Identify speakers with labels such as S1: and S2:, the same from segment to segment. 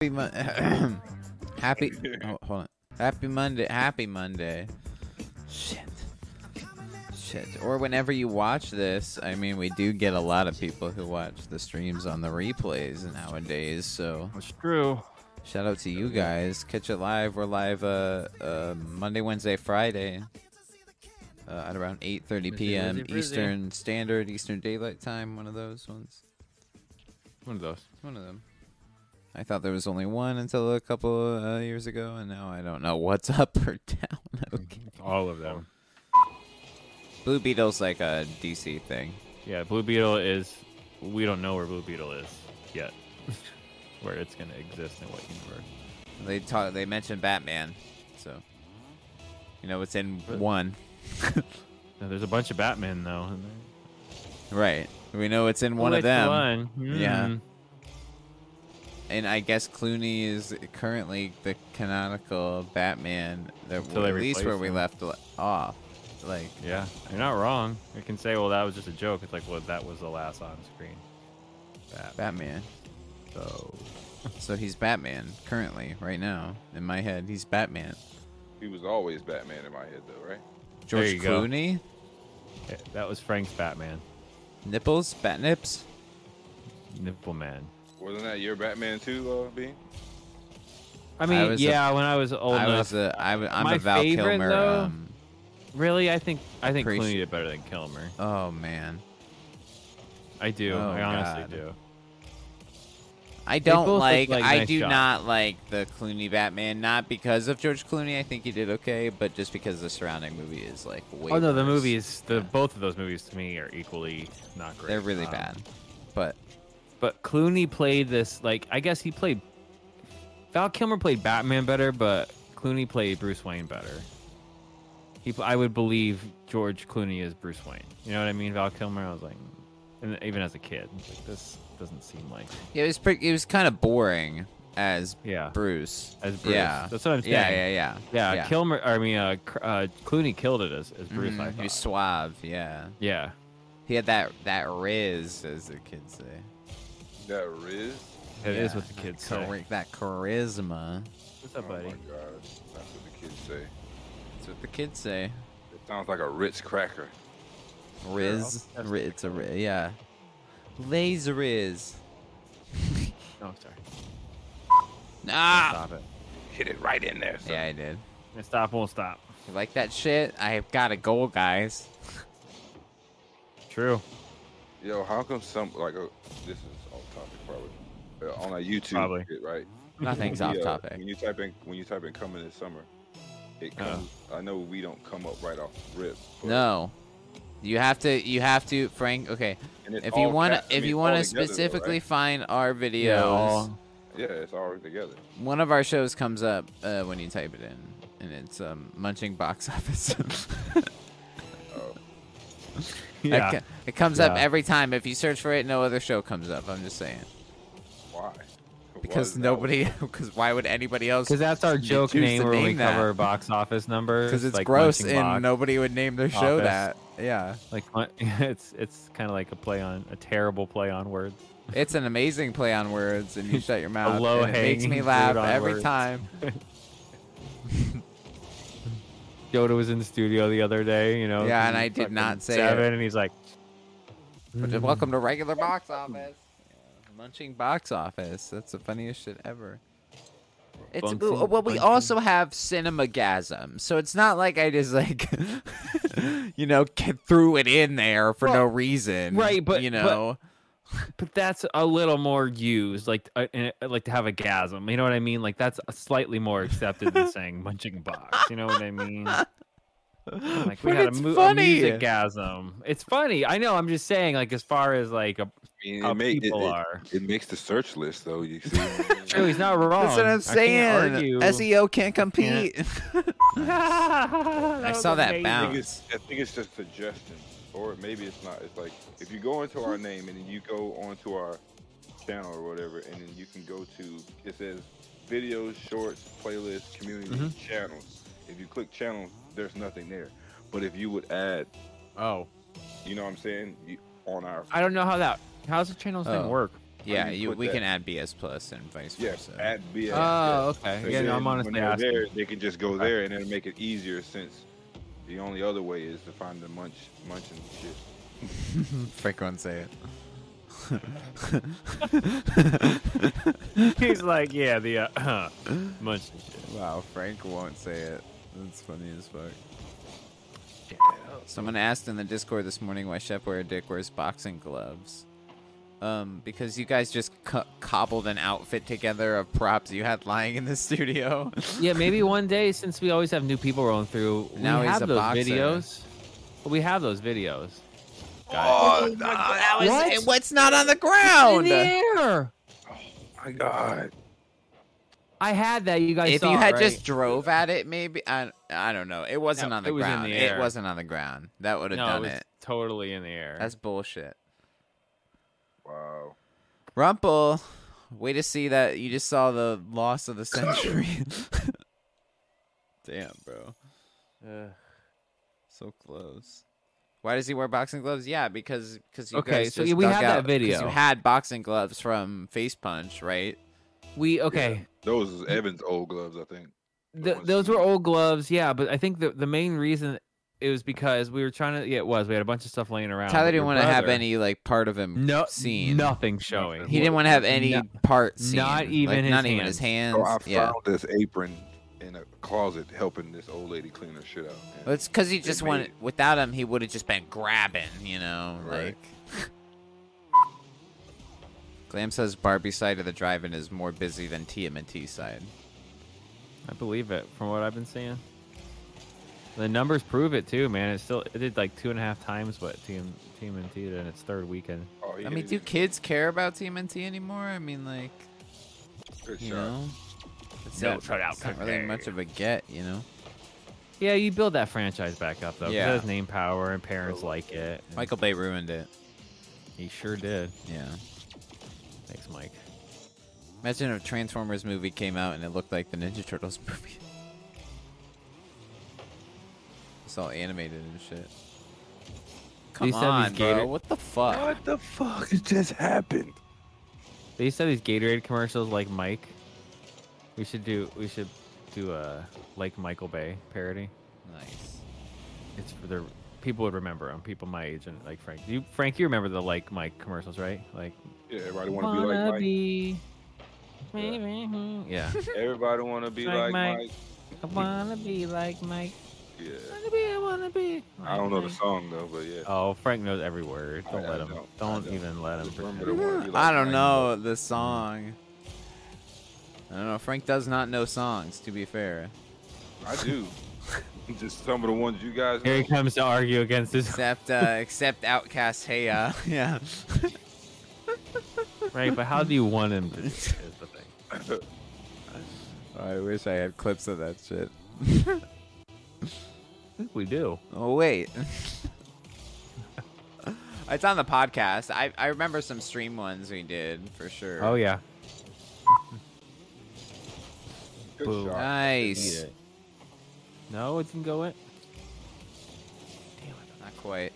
S1: Happy Mon- Happy. Oh, hold on. Happy Monday. Happy Monday. Shit. Shit. Or whenever you watch this, I mean, we do get a lot of people who watch the streams on the replays nowadays. So
S2: That's true.
S1: shout out to you guys. Catch it live. We're live uh, uh, Monday, Wednesday, Friday. Uh, at around 8:30
S3: Busy,
S1: p.m.
S3: busy, busy.
S1: Eastern Standard, Eastern Daylight Time, one of those ones.
S2: One of those.
S1: One of them. I thought there was only one until a couple uh, years ago, and now I don't know what's up or down. okay.
S2: All of them.
S1: Blue Beetle's like a DC thing.
S2: Yeah, Blue Beetle is. We don't know where Blue Beetle is yet, where it's gonna exist in what universe.
S1: They talk. They mentioned Batman, so you know it's in
S2: Really?
S1: one.
S2: Now, there's a bunch of Batman though. isn't there?
S1: Right. We know it's in one
S2: Which
S1: of them,
S2: One?
S1: Yeah.
S2: Hmm.
S1: and I guess Clooney is currently the canonical Batman. That
S2: Until
S1: at
S2: they
S1: least
S2: replace
S1: where we
S2: him.
S1: left le- off. Like
S2: Yeah, you're not wrong. You can say, well, that was just a joke. It's like, well, that was the last on screen. Batman.
S1: Batman.
S2: So,
S1: So he's Batman currently, right now. In my head, he's Batman.
S4: He was always Batman in my head, though, right?
S1: George
S2: you go.
S1: Clooney.
S2: yeah, that was Frank's Batman.
S1: Nipples, bat nips.
S2: Nipple Man.
S4: Wasn't that your Batman too, uh, Bean?
S2: I mean,
S1: was a-
S2: yeah, when I was old
S1: I was
S2: enough.
S1: a, I, w- I'm
S2: Oh, My
S1: a Val
S2: favorite,
S1: Kilmer.
S2: though-
S1: Um,
S2: Really, I think I think
S1: Appreciate-
S2: Clooney did better than Kilmer.
S1: oh man,
S2: I do.
S1: Oh,
S2: I honestly
S1: God.
S2: do.
S1: I don't
S2: both look
S1: like.
S2: like
S1: I
S2: nice
S1: do
S2: shots.
S1: not like the Clooney Batman. Not because of George Clooney. I think he did okay, but just because the surrounding movie is like way.
S2: Oh no, the
S1: worse.
S2: movies, the
S1: Yeah.
S2: both of those movies to me are equally not great.
S1: They're really
S2: Um,
S1: bad. But
S2: But Clooney played this like I guess he played Val Kilmer played Batman better, but Clooney played Bruce Wayne better. He, I would believe George Clooney is Bruce Wayne. You know what I mean? Val Kilmer, I was like, and even as a kid, I was like this doesn't seem like
S1: it was pretty. It was kind of boring as
S2: yeah.
S1: Bruce.
S2: As Bruce.
S1: Yeah.
S2: That's what I'm saying.
S1: yeah, yeah, yeah,
S2: Yeah, Kilmer. I mean, uh, Cr- uh, Clooney killed it as, as Bruce. I
S1: Mhm, He was
S2: thought.
S1: suave. Yeah,
S2: Yeah,
S1: he had that that riz, as the kids say.
S4: That Riz?
S2: it is
S1: Yeah,
S2: what the kids
S1: that
S2: say.
S1: chari- That charisma.
S2: What's up,
S4: oh
S2: buddy?
S4: my God, that's what the kids say.
S1: That's what the kids say.
S4: It sounds like a Ritz cracker.
S1: Riz.
S2: I'll discuss
S1: Ri- It's a Riz, yeah. Laser Riz.
S2: No, sorry.
S1: Nah.
S2: Stop it.
S4: Hit it right in there. Son.
S1: Ah! Yeah, I did.
S2: Stop won't stop.
S1: You like that shit? I've got a goal, guys.
S2: True.
S4: Yo, how come some like uh, this is off topic probably uh, on a YouTube
S2: Probably.
S4: shit, right?
S1: Nothing's off
S4: Yeah,
S1: topic. Uh-huh.
S4: When you type in when you type in coming this summer, it comes. I know we don't come up right off the rip. but-
S1: No. You have to. You have to, Frank. Okay.
S4: and it's
S1: If you
S4: all
S1: want,
S4: ca-
S1: to
S4: I
S1: if
S4: mean,
S1: you
S4: it's
S1: want
S4: all
S1: to
S4: together, though,
S1: specifically
S4: right?
S1: find our videos,
S2: all-
S4: yeah, it's all together.
S1: one of our shows comes up uh, when you type it in, and it's um, "Munching Box Office."
S4: Oh,
S1: It, co- it comes up
S2: Yeah.
S1: every time. If you search for it, no other show comes up. I'm just saying.
S4: why? Why is
S1: Because
S4: that?
S1: nobody, because why would anybody else?
S2: Because that's our joke
S1: choose
S2: name
S1: to
S2: where we
S1: name that.
S2: cover box office numbers.
S1: Because it's
S2: like
S1: gross
S2: Lunching
S1: and
S2: Box.
S1: nobody would name their show
S2: Office.
S1: that. Yeah.
S2: Like uh, it's it's kind of like a play on a terrible play on words.
S1: It's an amazing play on words, and you shut your mouth.
S2: low
S1: and it makes me
S2: hanging
S1: laugh
S2: fruit on
S1: every
S2: words.
S1: time.
S2: Yoda was in the studio the other day, you know.
S1: Yeah,
S2: he
S1: and
S2: was
S1: I did
S2: fucking
S1: not say
S2: seven,
S1: it.
S2: and he's like,
S1: But
S2: "Mm,
S1: welcome to regular box office. Yeah. Munching box office. That's the funniest shit ever. It's
S2: Bunsen-
S1: well, well, we
S2: Bunsen.
S1: also have cinemagasm, so it's not like I just like, you know, k- threw it in there for no
S2: Well,
S1: reason,
S2: right, but-
S1: you
S2: but-
S1: know,
S2: But that's a little more used, like uh, uh, like to have a gasm. You know what I mean? Like that's slightly more accepted than saying munching box. You know what I mean? Like Oh we
S1: But
S2: had a,
S1: it's
S2: mu- a
S1: funny.
S2: music gasm. It's funny. I know. I'm just saying. Like as far as like a,
S4: I mean,
S2: how
S4: it, make, it,
S2: people
S4: it,
S2: are.
S4: it makes the search list though. You see,
S2: True, he's not wrong.
S1: that's what I'm
S2: I can't
S1: saying. E
S2: argue.
S1: SEO can't compete.
S2: I
S1: I saw that
S4: I
S1: bounce.
S4: think it's I think it's just suggestion, or maybe it's not. It's like if you go into our name and then you go onto our channel or whatever, and then you can go to it says videos, shorts, playlists, community
S2: Mhm.
S4: channels. If you click channels, there's nothing there. But if you would add,
S2: Oh,
S4: you know what I'm saying, you, on our
S2: I don't know how that. How's the channels
S1: Oh.
S2: thing work?
S1: Yeah,
S4: you
S1: you,
S4: put
S1: we
S4: that-
S1: can add BS plus and vice
S4: Yes,
S1: versa.
S4: at BS.
S2: Oh,
S4: yes.
S2: okay.
S4: So
S2: Yeah, no,
S4: then
S2: I'm honestly
S4: when they're
S2: asking.
S4: there, they can just go there and it'll make it easier since the only other way is to find the munch, munch and shit.
S1: Frank won't say it.
S2: He's like, yeah, the uh, huh, munch and shit.
S1: Wow, Frank won't say it. That's funny as fuck. Someone asked in the Discord this morning why Shep wear a dick wears boxing gloves. Um, because you guys just co- cobbled an outfit together of props you had lying in the studio.
S2: Yeah, maybe one day since we always have new people rolling through, we
S1: Now he's
S2: have
S1: a
S2: those
S1: boxer.
S2: videos. We have those videos.
S1: oh, that was
S2: What?
S1: what's not on the ground?
S2: In the air.
S4: My God.
S2: I had that. You guys
S1: if
S2: saw.
S1: you had
S2: right?
S1: just drove at it, maybe I I don't know. It wasn't
S2: No,
S1: on the
S2: it was in
S1: ground.
S2: the
S1: it
S2: air.
S1: wasn't on the ground. That would have
S2: no, it
S1: done
S2: was
S1: it.
S2: totally in the air.
S1: That's bullshit.
S4: Wow.
S1: Rumple, way to see that you just saw the loss of the century. Damn, bro.
S2: Ugh.
S1: So close. Why does he wear boxing gloves? Yeah, because because you
S2: Okay,
S1: guys
S2: so
S1: just
S2: we
S1: dug
S2: have
S1: out,
S2: that
S1: 'cause You
S2: video.
S1: had boxing gloves from Face Punch, right?
S2: we okay.
S4: Those is Evan's old gloves, I think. the
S2: Th-
S4: ones-
S2: those were old gloves, yeah. But I think the the main reason it was because we were trying to. Yeah, it was. We had a bunch of stuff laying around.
S1: Tyler
S2: but
S1: didn't
S2: your
S1: want to have
S2: brother-
S1: any like part of him
S2: no
S1: seen.
S2: nothing showing.
S1: He didn't want to have any
S2: No-
S1: part seen.
S2: not even
S1: like,
S2: his
S1: not even his hands.
S4: So I found
S1: yeah,
S4: this apron in a closet helping this old lady clean her shit out.
S1: Well, it's because he just
S4: made
S1: wanted.
S4: it.
S1: Without him, he would have just been grabbing. You know,
S4: Right.
S1: like. Glam says Barbie side of the drive-in is more busy than TMNT side.
S2: I believe it from what I've been seeing. The numbers prove it too, man. It's still it did like two and a half times what Team Team and did in its third weekend.
S4: Oh, he
S1: I
S4: hit
S1: mean,
S4: it
S1: do
S4: in a
S1: kids care about TMNT anymore? I mean, like,
S4: Good
S1: you
S4: shot.
S1: know, it's
S2: No
S1: not,
S2: shutout
S1: it's not really
S2: today.
S1: much of a get, you know.
S2: Yeah, you build that franchise back up though. 'cause
S1: Yeah.
S2: It has name power and parents like it. and
S1: Michael Bay ruined it.
S2: he sure did.
S1: Yeah.
S2: Thanks, Mike.
S1: Imagine if Transformers movie came out and it looked like the Ninja Turtles movie. It's all animated and shit. Come
S2: used to have
S1: on,
S2: these
S1: bro.
S2: gator-
S1: What the fuck?
S4: the fuck just happened?
S2: They used to have these Gatorade commercials like Mike. We should do we should do a like Michael Bay parody.
S1: Nice.
S2: It's for their people would remember him. People my age and like Frank. You Frank, you remember the like Mike commercials, right? Like
S4: Yeah, everybody want to be like Mike.
S2: be.
S4: Yeah.
S2: Yeah.
S4: Everybody want to be
S2: Like
S4: like,
S2: Mike.
S4: Mike.
S2: I wanna be like Mike.
S4: Yeah.
S2: Wanna be, I wanna be.
S4: I don't know the song though, but yeah.
S2: Oh, Frank knows every word. Don't
S4: I- I
S2: let him.
S4: don't. I
S2: Don't,
S4: don't.
S2: even let him.
S4: Just remember
S2: pretend.
S4: the wanna be like
S1: I don't
S4: Mike.
S1: know the song. I don't know. Frank does not know songs, to be fair.
S4: I do. just some of the ones you guys.
S2: Here he
S4: know.
S2: comes to argue against his
S1: Except, uh, except Outcast Hey Ya. Yeah.
S2: right. But how do you want him to? do it Is the thing.
S1: I wish I had clips of that shit.
S2: I think we do.
S1: Oh wait. it's on the podcast. I, I remember some stream ones we did for sure.
S2: Oh yeah.
S4: Good
S2: Boo.
S4: shot.
S1: Nice.
S2: No, it didn't go in.
S1: Not quite.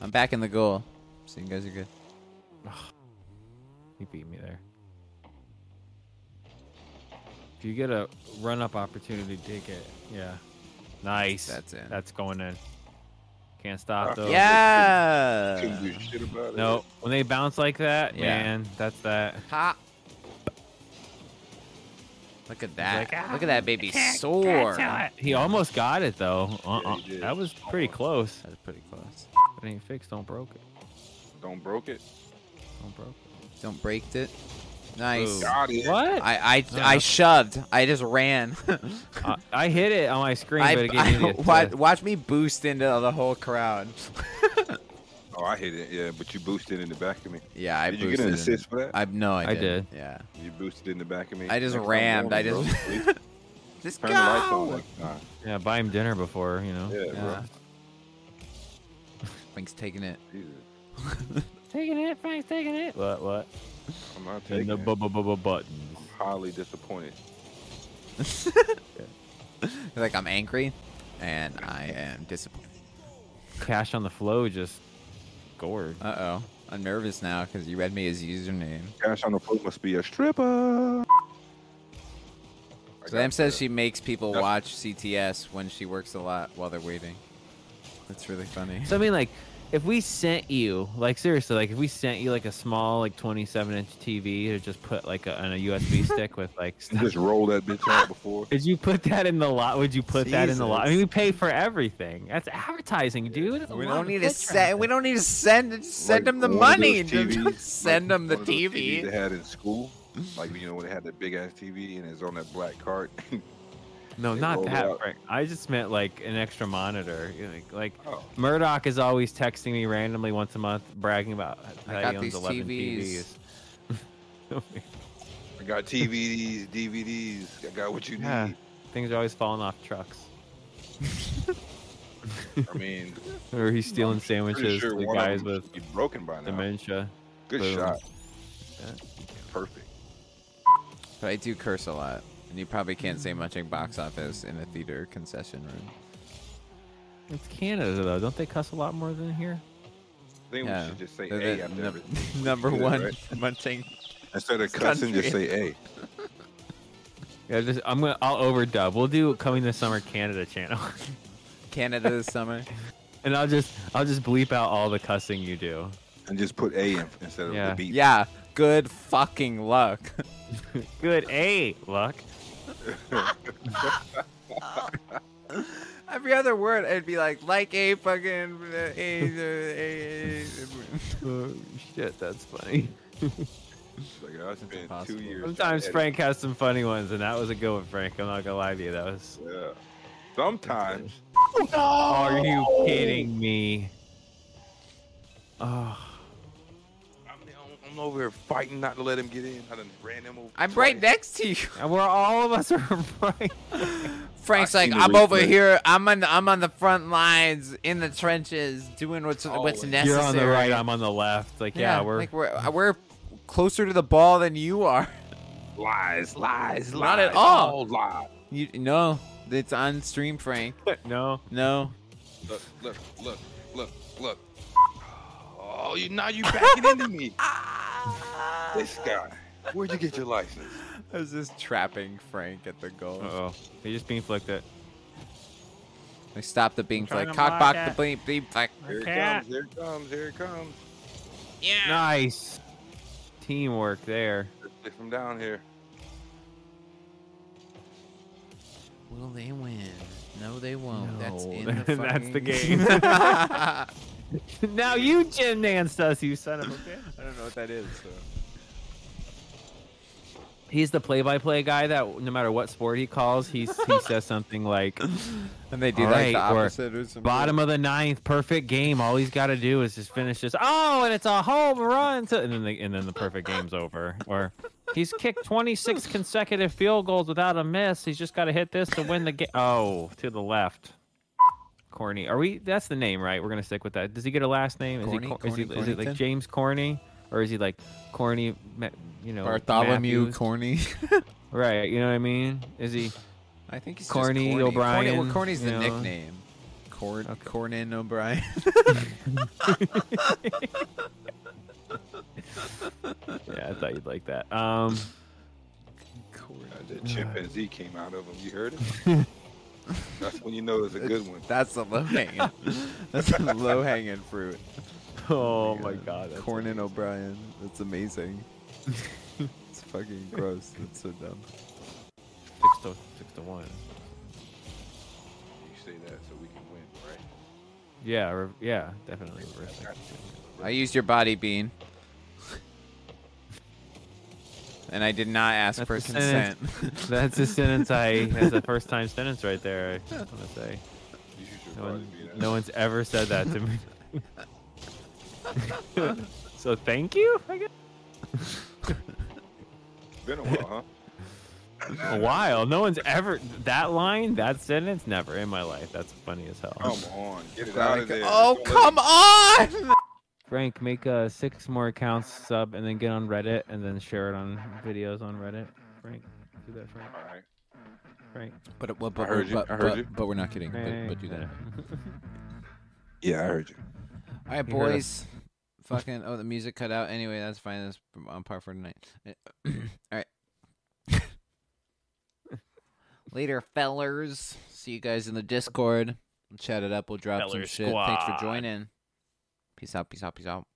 S1: I'm back in the goal. So you guys are good.
S2: He beat me there. If you get a run-up opportunity, take it. Yeah. Nice.
S1: That's in.
S2: That's going in. Can't stop
S4: Ah.
S2: though.
S4: Couldn't
S1: Yeah.
S4: do shit about it.
S2: No, when they bounce like that,
S1: Yeah.
S2: man, that's that.
S1: Pop. Look at that.
S2: like, "Ah,
S1: Look at that baby soar. That's
S2: He almost got it though. Uh,
S4: Yeah,
S2: uh,
S4: he did.
S2: that was pretty close.
S1: pretty close.
S2: If it ain't fixed, don't broke it.
S4: Don't broke it.
S2: Don't broke it.
S1: Don't break it. Nice.
S2: Ooh.
S4: Got it.
S2: What? I,
S1: I I,
S2: No,
S1: I
S2: no.
S1: shoved. I just ran.
S2: uh, I hit it on my screen, but
S1: I,
S2: it gave
S1: I,
S2: me the
S1: watch,
S2: assist.
S1: watch me boost into the whole crowd.
S4: Oh, I hit it. Yeah, but you boosted in the back of me.
S1: Yeah, I
S4: Did you
S1: boosted.
S4: get an
S1: in-
S4: assist for that?
S1: I no, I,
S2: I
S1: did.
S2: did.
S1: Yeah,
S4: you boosted in the back of me.
S1: I just
S4: Next time,
S1: rammed. I
S4: bro,
S1: just
S4: please
S1: just
S4: turn the lights on.
S1: go.
S4: next time.
S2: Yeah, buy him dinner before you know.
S4: Yeah, bro.
S1: Yeah. Frank's taking it.
S4: Jesus.
S2: Taking it, Frank's taking it. What? What?
S4: I'm not
S2: And
S4: taking
S2: the
S4: it.
S2: bu- bu- bu- bu- buttons.
S4: I'm highly disappointed.
S1: Like I'm angry, and I am disappointed.
S2: Cash on the Flow just gored.
S1: Uh oh. I'm nervous now because you read me his username.
S4: Cash on the floor must be a stripper.
S1: Sam says she makes people
S4: That's-
S1: watch CTS when she works a lot while they're waiting. That's really funny.
S2: So I mean, like, if we sent you, like, seriously, like, if we sent you like a small, like, 27 inch TV to just put like a, on a USB stick with like
S4: You
S2: stuff,
S4: just roll that bitch out before.
S2: would you put that in the lot? Would you put that in the lot? I mean,
S1: Jesus.
S2: we pay for everything. That's advertising, dude. That's a
S1: We
S2: lot
S1: don't
S2: of
S1: need to
S2: foot
S1: send. We
S2: traffic.
S1: don't need to send. just Send
S4: Like,
S1: them the
S4: one of those
S1: money. Just
S4: TVs,
S1: don't send
S4: like,
S1: them the
S4: one of those TVs
S1: TV.
S4: They had in school, like you know when they had that big ass TV and it's on that black cart.
S2: No,
S4: They
S2: not
S4: rolled it
S2: that.
S4: out.
S2: Frank. I just meant like an extra monitor. You know, Like, like
S4: oh,
S2: Murdoch is always texting me randomly once a month, bragging about
S1: I
S2: that
S1: got
S2: he owns
S1: these
S2: 11 TVs.
S1: TVs.
S4: I got TVs, DVDs. I got what you
S2: Yeah.
S4: need.
S2: Things are always falling off trucks.
S4: I mean,
S2: Or he's stealing
S4: pretty
S2: sandwiches
S4: sure
S2: to
S4: one
S2: guys
S4: of them
S2: with
S4: should be broken by now.
S2: dementia.
S4: Good
S2: boom.
S4: shot.
S2: Yeah.
S4: Perfect.
S1: But I do curse a lot, and you probably can't say much in box office in a theater concession room.
S2: It's Canada though, don't they cuss a lot more than here?
S4: I think we should just say
S1: They're
S4: A
S1: the
S4: after
S1: num-
S4: everything.
S1: number
S4: We should,
S1: one
S4: right?
S1: munching.
S4: Instead of cussing, just
S1: country.
S4: say A.
S2: Yeah, just, I'm gonna I'll overdub. We'll do coming this summer Canada channel,
S1: Canada this summer.
S2: and I'll just I'll just bleep out all the cussing you do.
S4: And just put A in instead of
S2: Yeah.
S4: the beat.
S1: Yeah, good fucking luck.
S2: Good a luck.
S1: Every other word, it'd be like like a fucking uh, a, a, a,
S2: Oh, shit, that's funny.
S4: Like, I spent
S1: impossible.
S4: two years.
S2: Sometimes
S4: trying
S2: Frank has some funny ones, and that was a good one, Frank. I'm not gonna lie to you. That was.
S4: to edit. Yeah. Sometimes.
S2: Are you
S4: Oh!
S2: kidding me? Oh,
S4: I'm, I'm over here fighting not to let him get in. I done ran him over.
S1: I'm
S4: twice.
S1: right next to you.
S2: and we're all of us are right.
S1: Frank's
S4: I
S1: like,
S4: seen the
S1: I'm over
S4: replay.
S1: here. I'm on. I'm on the front lines, in the trenches, doing what's what's
S4: Always.
S1: necessary.
S2: Oh, You're on the right. I'm on the left. Like yeah, we're
S1: like we're uh, we're closer to the ball than you are.
S4: Lies, lies, lies.
S1: Not at all.
S4: lies.
S1: You no, it's on stream, Frank.
S2: no.
S1: No,
S4: Look, look, look, look, look. Oh, you now you backing into me.
S2: Ah.
S4: This guy. Where'd you get your license?
S1: I was just trapping Frank at the goal.
S2: Uh oh, he just being flicked at.
S1: Like stop the being
S2: trying
S1: like
S2: to
S1: cock
S2: block
S1: block
S2: that.
S1: the bleep bleep like.
S4: Here it
S2: cat.
S4: comes, here it comes, here it comes.
S2: Nice teamwork there.
S4: Let's get from down here.
S1: Will they win? No, they won't. Oh, That's
S2: No,
S1: in the fucking...
S2: that's the game.
S1: I
S2: now you Jim Nance us, you son of a bitch.
S1: don't know what that is. So.
S2: He's the play-by-play guy that no matter what sport he calls, he's he says something like
S1: And they do
S2: All
S1: like
S2: right,
S1: the
S2: or
S1: opposite. Or some
S2: bottom of the ninth, perfect game. All he's got to do is just finish this. Oh, and it's a home run. To, and then the, and then the perfect game's over. Or he's kicked 26 consecutive field goals without a miss. He's just got to hit this to win the game. Oh, to the left. Corny. Are we? That's the name, right? We're gonna stick with that. Does he get a last name? Is
S1: Corny,
S2: he? Cor- is, he
S1: Corny,
S2: is it like
S1: Cornington?
S2: James Corny, or is he like Corny? Ma- You know,
S1: Bartholomew
S2: Matthews?
S1: Corny.
S2: Right. You know what I mean? Is he?
S1: I think he's
S2: Corny
S1: just corny. Corny, well,
S2: O'Brien,
S1: Corny's the
S2: you know.
S1: nickname. Corn, Cornin O'Brien.
S2: Yeah, I thought you'd like that. Um.
S4: Uh, that chimpanzee came out of him. You heard it? That's when you know it's a good one.
S1: That's the low hanging. That's a low hanging fruit.
S2: Oh my God. that's
S1: Cornin O'Brien. That's amazing. it's fucking gross. That's so dumb.
S2: six to six to one.
S4: You say that so we can win, right?
S2: Yeah, re- yeah, definitely reverse.
S4: I got
S2: psychology.
S1: I used your body bean. And I did not ask
S2: That's
S1: for
S2: a
S1: consent.
S2: sentence. That's a sentence I. That's a first time sentence right there. I want to say
S4: You should
S2: no,
S4: probably
S2: one,
S4: be that.
S2: no one's ever said that to me. so thank you. I guess.
S4: It's been a while,
S2: A while. No one's ever that line, that sentence, never in my life. That's funny as hell.
S4: huh? Come on, get it out of there.
S1: oh,
S4: Don't let
S1: come on!
S2: Frank, make uh, six more accounts sub, and then get on Reddit, and then share it on videos on Reddit. Frank, do that, Frank.
S4: it- All right.
S2: Frank.
S1: But, but,
S4: I
S1: but,
S4: heard you,
S1: but,
S4: I heard
S1: but,
S4: you.
S1: but we're not kidding. But,
S2: Frank.
S1: but do that.
S4: Yeah, I heard you.
S1: All right,
S2: You heard
S1: boys. Fucking oh, the music cut out. Anyway, that's fine. That's on par for tonight. Eh, All right. Later, fellers. See you guys in the Discord. We'll chat it up. We'll drop
S3: Feller
S1: some shit. Thanks for
S3: squad.
S1: joining. Peace out. Peace out. Peace out.